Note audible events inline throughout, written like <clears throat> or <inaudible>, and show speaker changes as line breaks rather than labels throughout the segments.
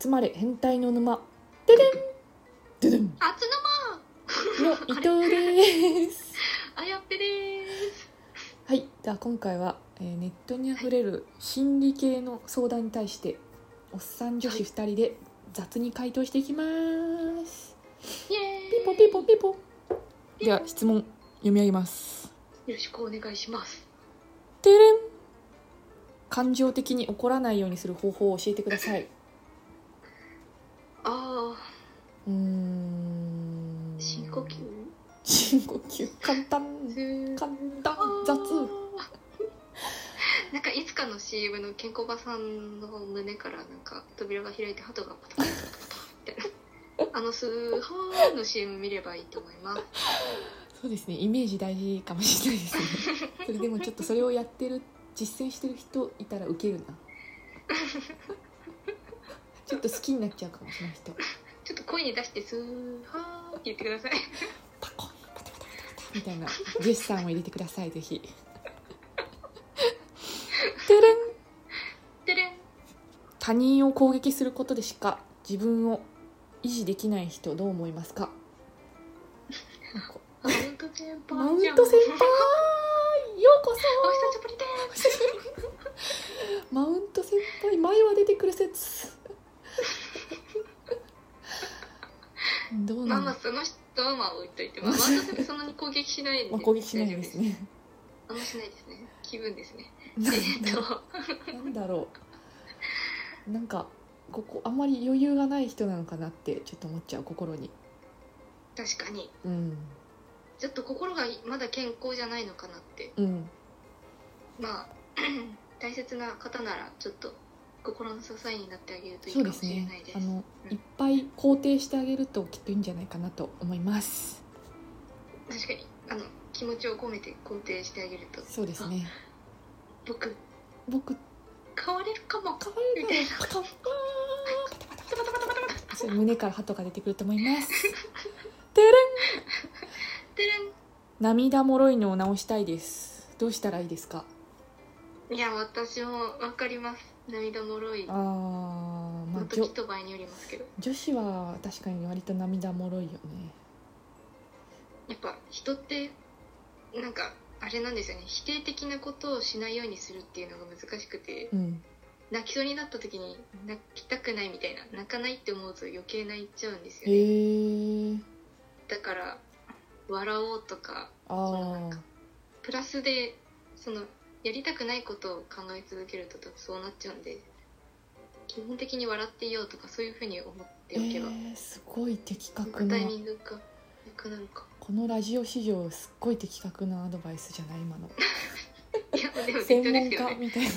集まれ変態の沼ででんででん
初沼
の伊藤です
<laughs> あやっぺです
はい、では今回は、えーネットにあふれる心理系の相談に対しておっさん女子2人で雑に回答していきます
イエーイ
ピポピポピポでは質問読み上げます
よろしくお願いします
てれん感情的に怒らないようにする方法を教えてくださいう
あ
ーん
ー深呼吸
深呼吸簡単簡単雑
なんかいつかの CM のケンコバさんの胸からなんか扉が開いて鳩がパタパタパタパタみたいなあのスーハーの CM 見ればいいと思います
そうですねイメージ大事かもしれないですねそれでもちょっとそれをやってる実践してる人いたらウケるなちょっと好きになっちゃうかもしれない人
ちょっと声に出してスーハーって言ってください
パコンパタパタパタパタみたいなジェスさんを入れてくださいぜひてれん
てれん
他人を攻撃することでしか自分を維持できない人どう思いますかなんか
マウント先
マウ
輩
ン
じゃん
ト先輩
お久
ようこそ
しぶり
<laughs>
で
マウント先輩前は出てくる説どう
すま
な
あ
の、
ま
ま
あその人はまあ置い
<laughs>
といてまあマウント先輩そんなに攻撃しないんで
あ、攻撃しないですね
あんましないですね気分ですね
な
<laughs> えっ
んだ
と
なんだろうなんかここあんまり余裕がない人なのかなってちょっと思っちゃう心に
確かに
うん
ちょっと心がまだ健康じゃないのかなって
うん
まあ <clears throat> 大切な方ならちょっと心の支えになってあげるとい
そ
いうか
で
も
す
しれ
ね
ないです
あの
うん
いっぱい肯定してあげるときっといいんじゃないかなと思います
確かにあの気持ちを込めて肯定してあげると
そうですね
僕
僕
変われるかも
可愛い
みたい
な
な
パカンパーンそう胸から鳩が出てくると思いますてれん
て
涙もろいのを直したいですどうしたらいいですか
れんいや私もわかります涙もろい
あー、まあ、
の
じょ
時と場合によりますけど
女子は確かに割と涙もろいよね
やっぱ人ってなんかあれなんですよね否定的なことをしないようにするっていうのが難しくて
うん
泣きそうになった時に泣きたくないみたいな泣かないって思うと余計泣いちゃうんです
へ
よね
え
だから笑おうとか
あ
プラスでそのやりたくないことを考え続けると多分そうなっちゃうんで基本的に笑っていようとかそういうふうに思っ
え
ておけば、
ー、すごい的確
なんか
な
タイミングがなくなるか
このラジオ史上すっごい的確なアドバイスじゃない今の
いやでも
専
適当
門
です
家
よね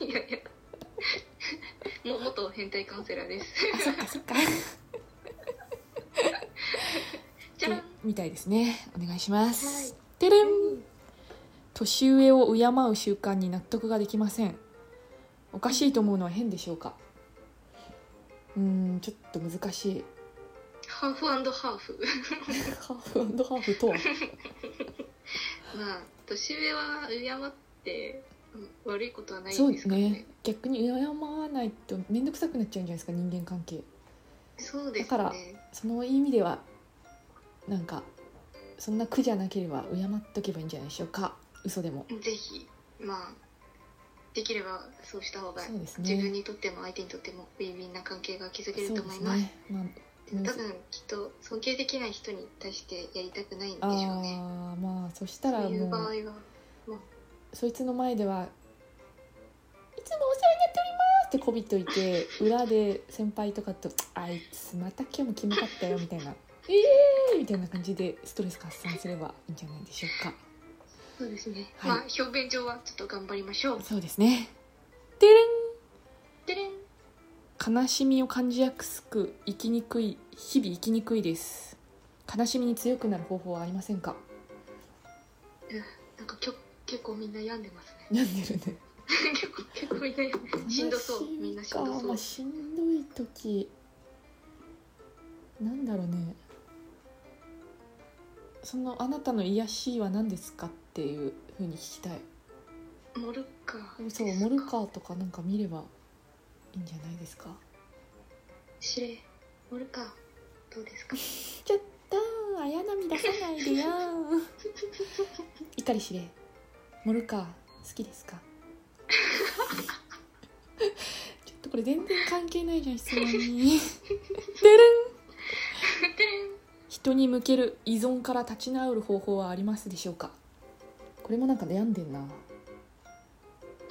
みたいない
<laughs> やいやもう元変態カウンセラーです
<laughs> あそっかそっか
じゃらん
みたいですねお願いします、
はい
てれん年上を敬う習慣に納得ができませんおかしいと思うのは変でしょうかうーんちょっと難しい
ハーフハーフ
ハーフハーフとは
まあ年上は敬ってうん悪いことはない
そう
で
です
すからね
ね逆に敬わないと面倒くさくなっちゃうんじゃないですか人間関係
そうです
だから
ね
その意味ではなんかそんな苦じゃなければ敬っとけばいいんじゃないでしょうか嘘でも
ぜひまあできればそうした方が
そうです
自分
ね
にとっても相手にとってもウィンウィンな関係が築け
そ
る
う
と
で
思い
す
ます
ね、まあ、む
多分きっと尊敬できない人に対してやりたくないんでしょ
あ
うね
あまあそした
そう
ら
いう場合
も
は
う
い
そいつの前ではいつもお世話になっておりますってこびといて裏で先輩とかと「あいつまた今日もキモかったよ」みたいな「イエーイ!」みたいな感じでストレス発散すればいいんじゃないでしょうか。
そうですね、
はい
まあ表面上はちょっと頑張りましょう
そうですね。てれん
でれん
悲しみを感じやすく生きにくい日々生きにくいです。悲しみに強くなる方法はありませんか。 <laughs>
なんかきょ結構みんな病んでますね <laughs>
病んでるね。
結構結構みんな病んでしんどそうみんなしんどそう
まあ、しんどい時なんだろうねそのあなたの癒しは何ですかっていうふうに聞きたい
モルカーです
そうモルカーとかなんか見ればいいんじゃないですか
司令おるかどうですか
ちょっと綾波出さないでよ怒りしれモルカー好きですかちょっとこれ全然関係ないじゃん質問にでるん人に向ける依存から立ち直る方法はありますでしょうかこれもなんか悩んでんな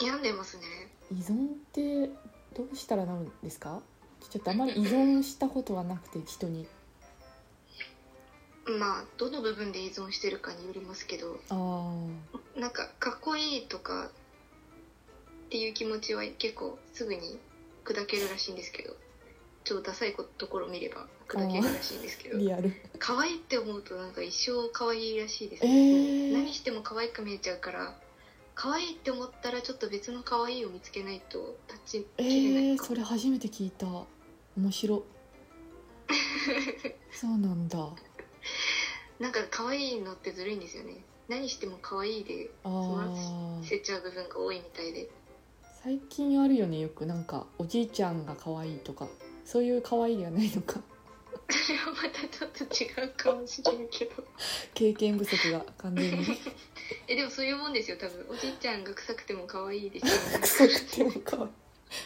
病んでますね
依存ってどうしたらなるんですかちょっとあまり依存したことはなくて人に
まあどの部分で依存してるかによりますけど
あー
なんかかっこいいとかっていう気持ちは結構すぐに砕けるらしいんですけどちょっとダサいこところ見れば砕けるらしいんですけど
リアル
可愛いって思うとなんか一生可愛いらしいです
え
ね、
ー
何しても可愛く見えちゃうから可愛いって思ったらちょっと別の可愛いを見つけないと立ち
え
きれな
ー、
いかも
それ初めて聞いた面
<laughs>
白そうなんだ
なんか可愛いのってずるいんですよね何しても可愛いで
あ
ま
ー
せちゃう部分が多いみたいで
最近あるよねよくなんかおじいちゃんが可愛いとかそういう可愛いではないのか <laughs>
それはまたちょっと違うかもしれんけど
経験不足が完全に
<laughs> えでもそういうもんですよ多分おじいちゃんが臭くても可愛いですよ
臭
<laughs> ね
くても可愛い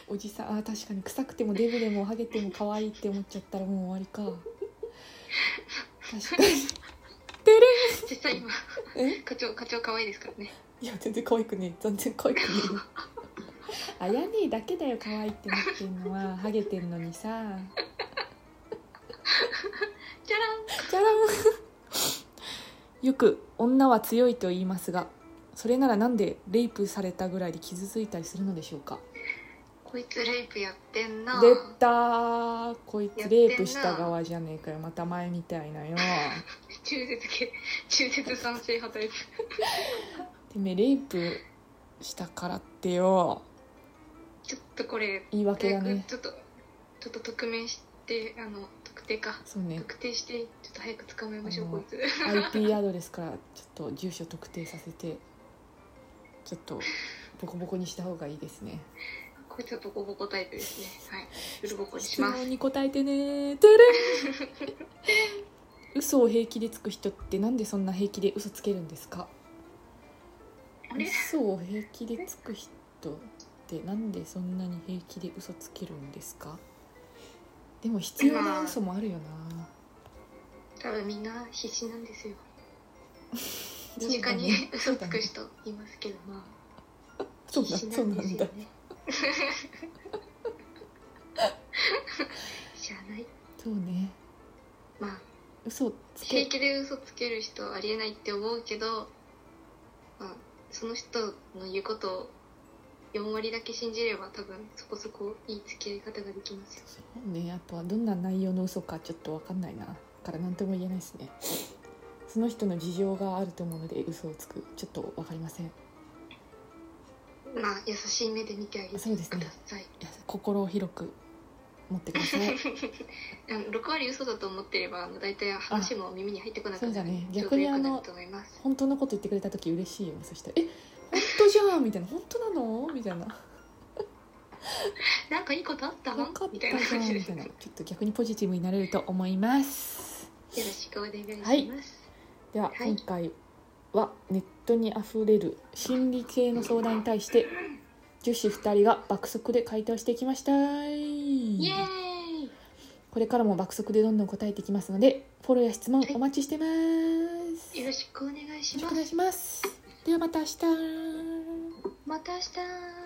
おじさんあー確かに臭くてもデブでもハゲても可愛いって思っちゃったらもう終わりか
<laughs>
確かに
実際今
え
課長課長可愛いですからね
いや全然可愛くねえ全然可愛くねえよあやねえだけだよ可愛いって思ってんのはハゲてんのにさ
じゃ
じゃらんよく女は強いと言いますがそれならなんでレイプされたぐらいで傷ついたりするのでしょうから
んこいつレイプやってんな
出たーこいつレイプした側じゃねえかよまた前みたいなよ
中絶系中絶賛成派タイプ
てめえレイプしたからってよ
ちょっとこれ
言い訳だね
ちょっとちょっと匿名してあの特定か
そうね
特定してちょっと早く捕まえましょう
あ
こ
の
いつ
IP アドレスからちょっと住所特定させてちょっとボコボコにした方がいいですね
<laughs> こいつはボコボコタイプですねはいブルボコにし
質
ます
問に答えてねてれん <laughs> 嘘を平気でつく人ってなんでそんな平気で嘘つけるんですか
あれ
嘘を平気でつく人ってなんでそんなに平気で嘘つけるんですかでも必要な嘘もあるよな
多分みんな必死なんですよ身
そうだ
近に
ね
嘘つく人いますけどまあ
そうだ
必死
そう
なん
な
<laughs> です
んだ
よねじゃあない
そうね
まあ
嘘をつ
平
け
気で嘘つける人はありえないって思うけど、まあ、その人の言うことを4割だけ信じれば多分そこそこいい付き合い方ができますよ
そうねやっぱどんな内容の嘘かちょっと分かんないなから何とも言えないですねその人の事情があると思うので嘘をつくちょっと分かりません
まあ優しい目で見てあげてくださ
そうですね
い
いや心を広く持ってください
<laughs> あの6割嘘だと思ってればあの大体話も耳に入ってこなく
そう
な
だ
る
ね
ちょうど
逆に
よ
あ
くな
の
ると思います
本当のこと言ってくれた時嬉しいよねそしたら「え本当じゃん」みたいな「本当なの?」みたいな
なんかいいことあっ
「
た
よかっ
み
た
た
じゃ
いな感
ん」み
じで
た
す
い
ね
な
よ
ちょっと逆にポジティブになれると思います
ろしくお願いします、
はいでは、
はい
今回はネットにあふれる心理系の相談に対して女子2人が爆速で回答していきました
イエーイ
これからも爆速でどんどん答えていきますのでフォローや質問
はい
お待ちしてます、
よ
よ
ろしくお願いし
ろしく
ま
お願い
す
しますではまた明日
また明日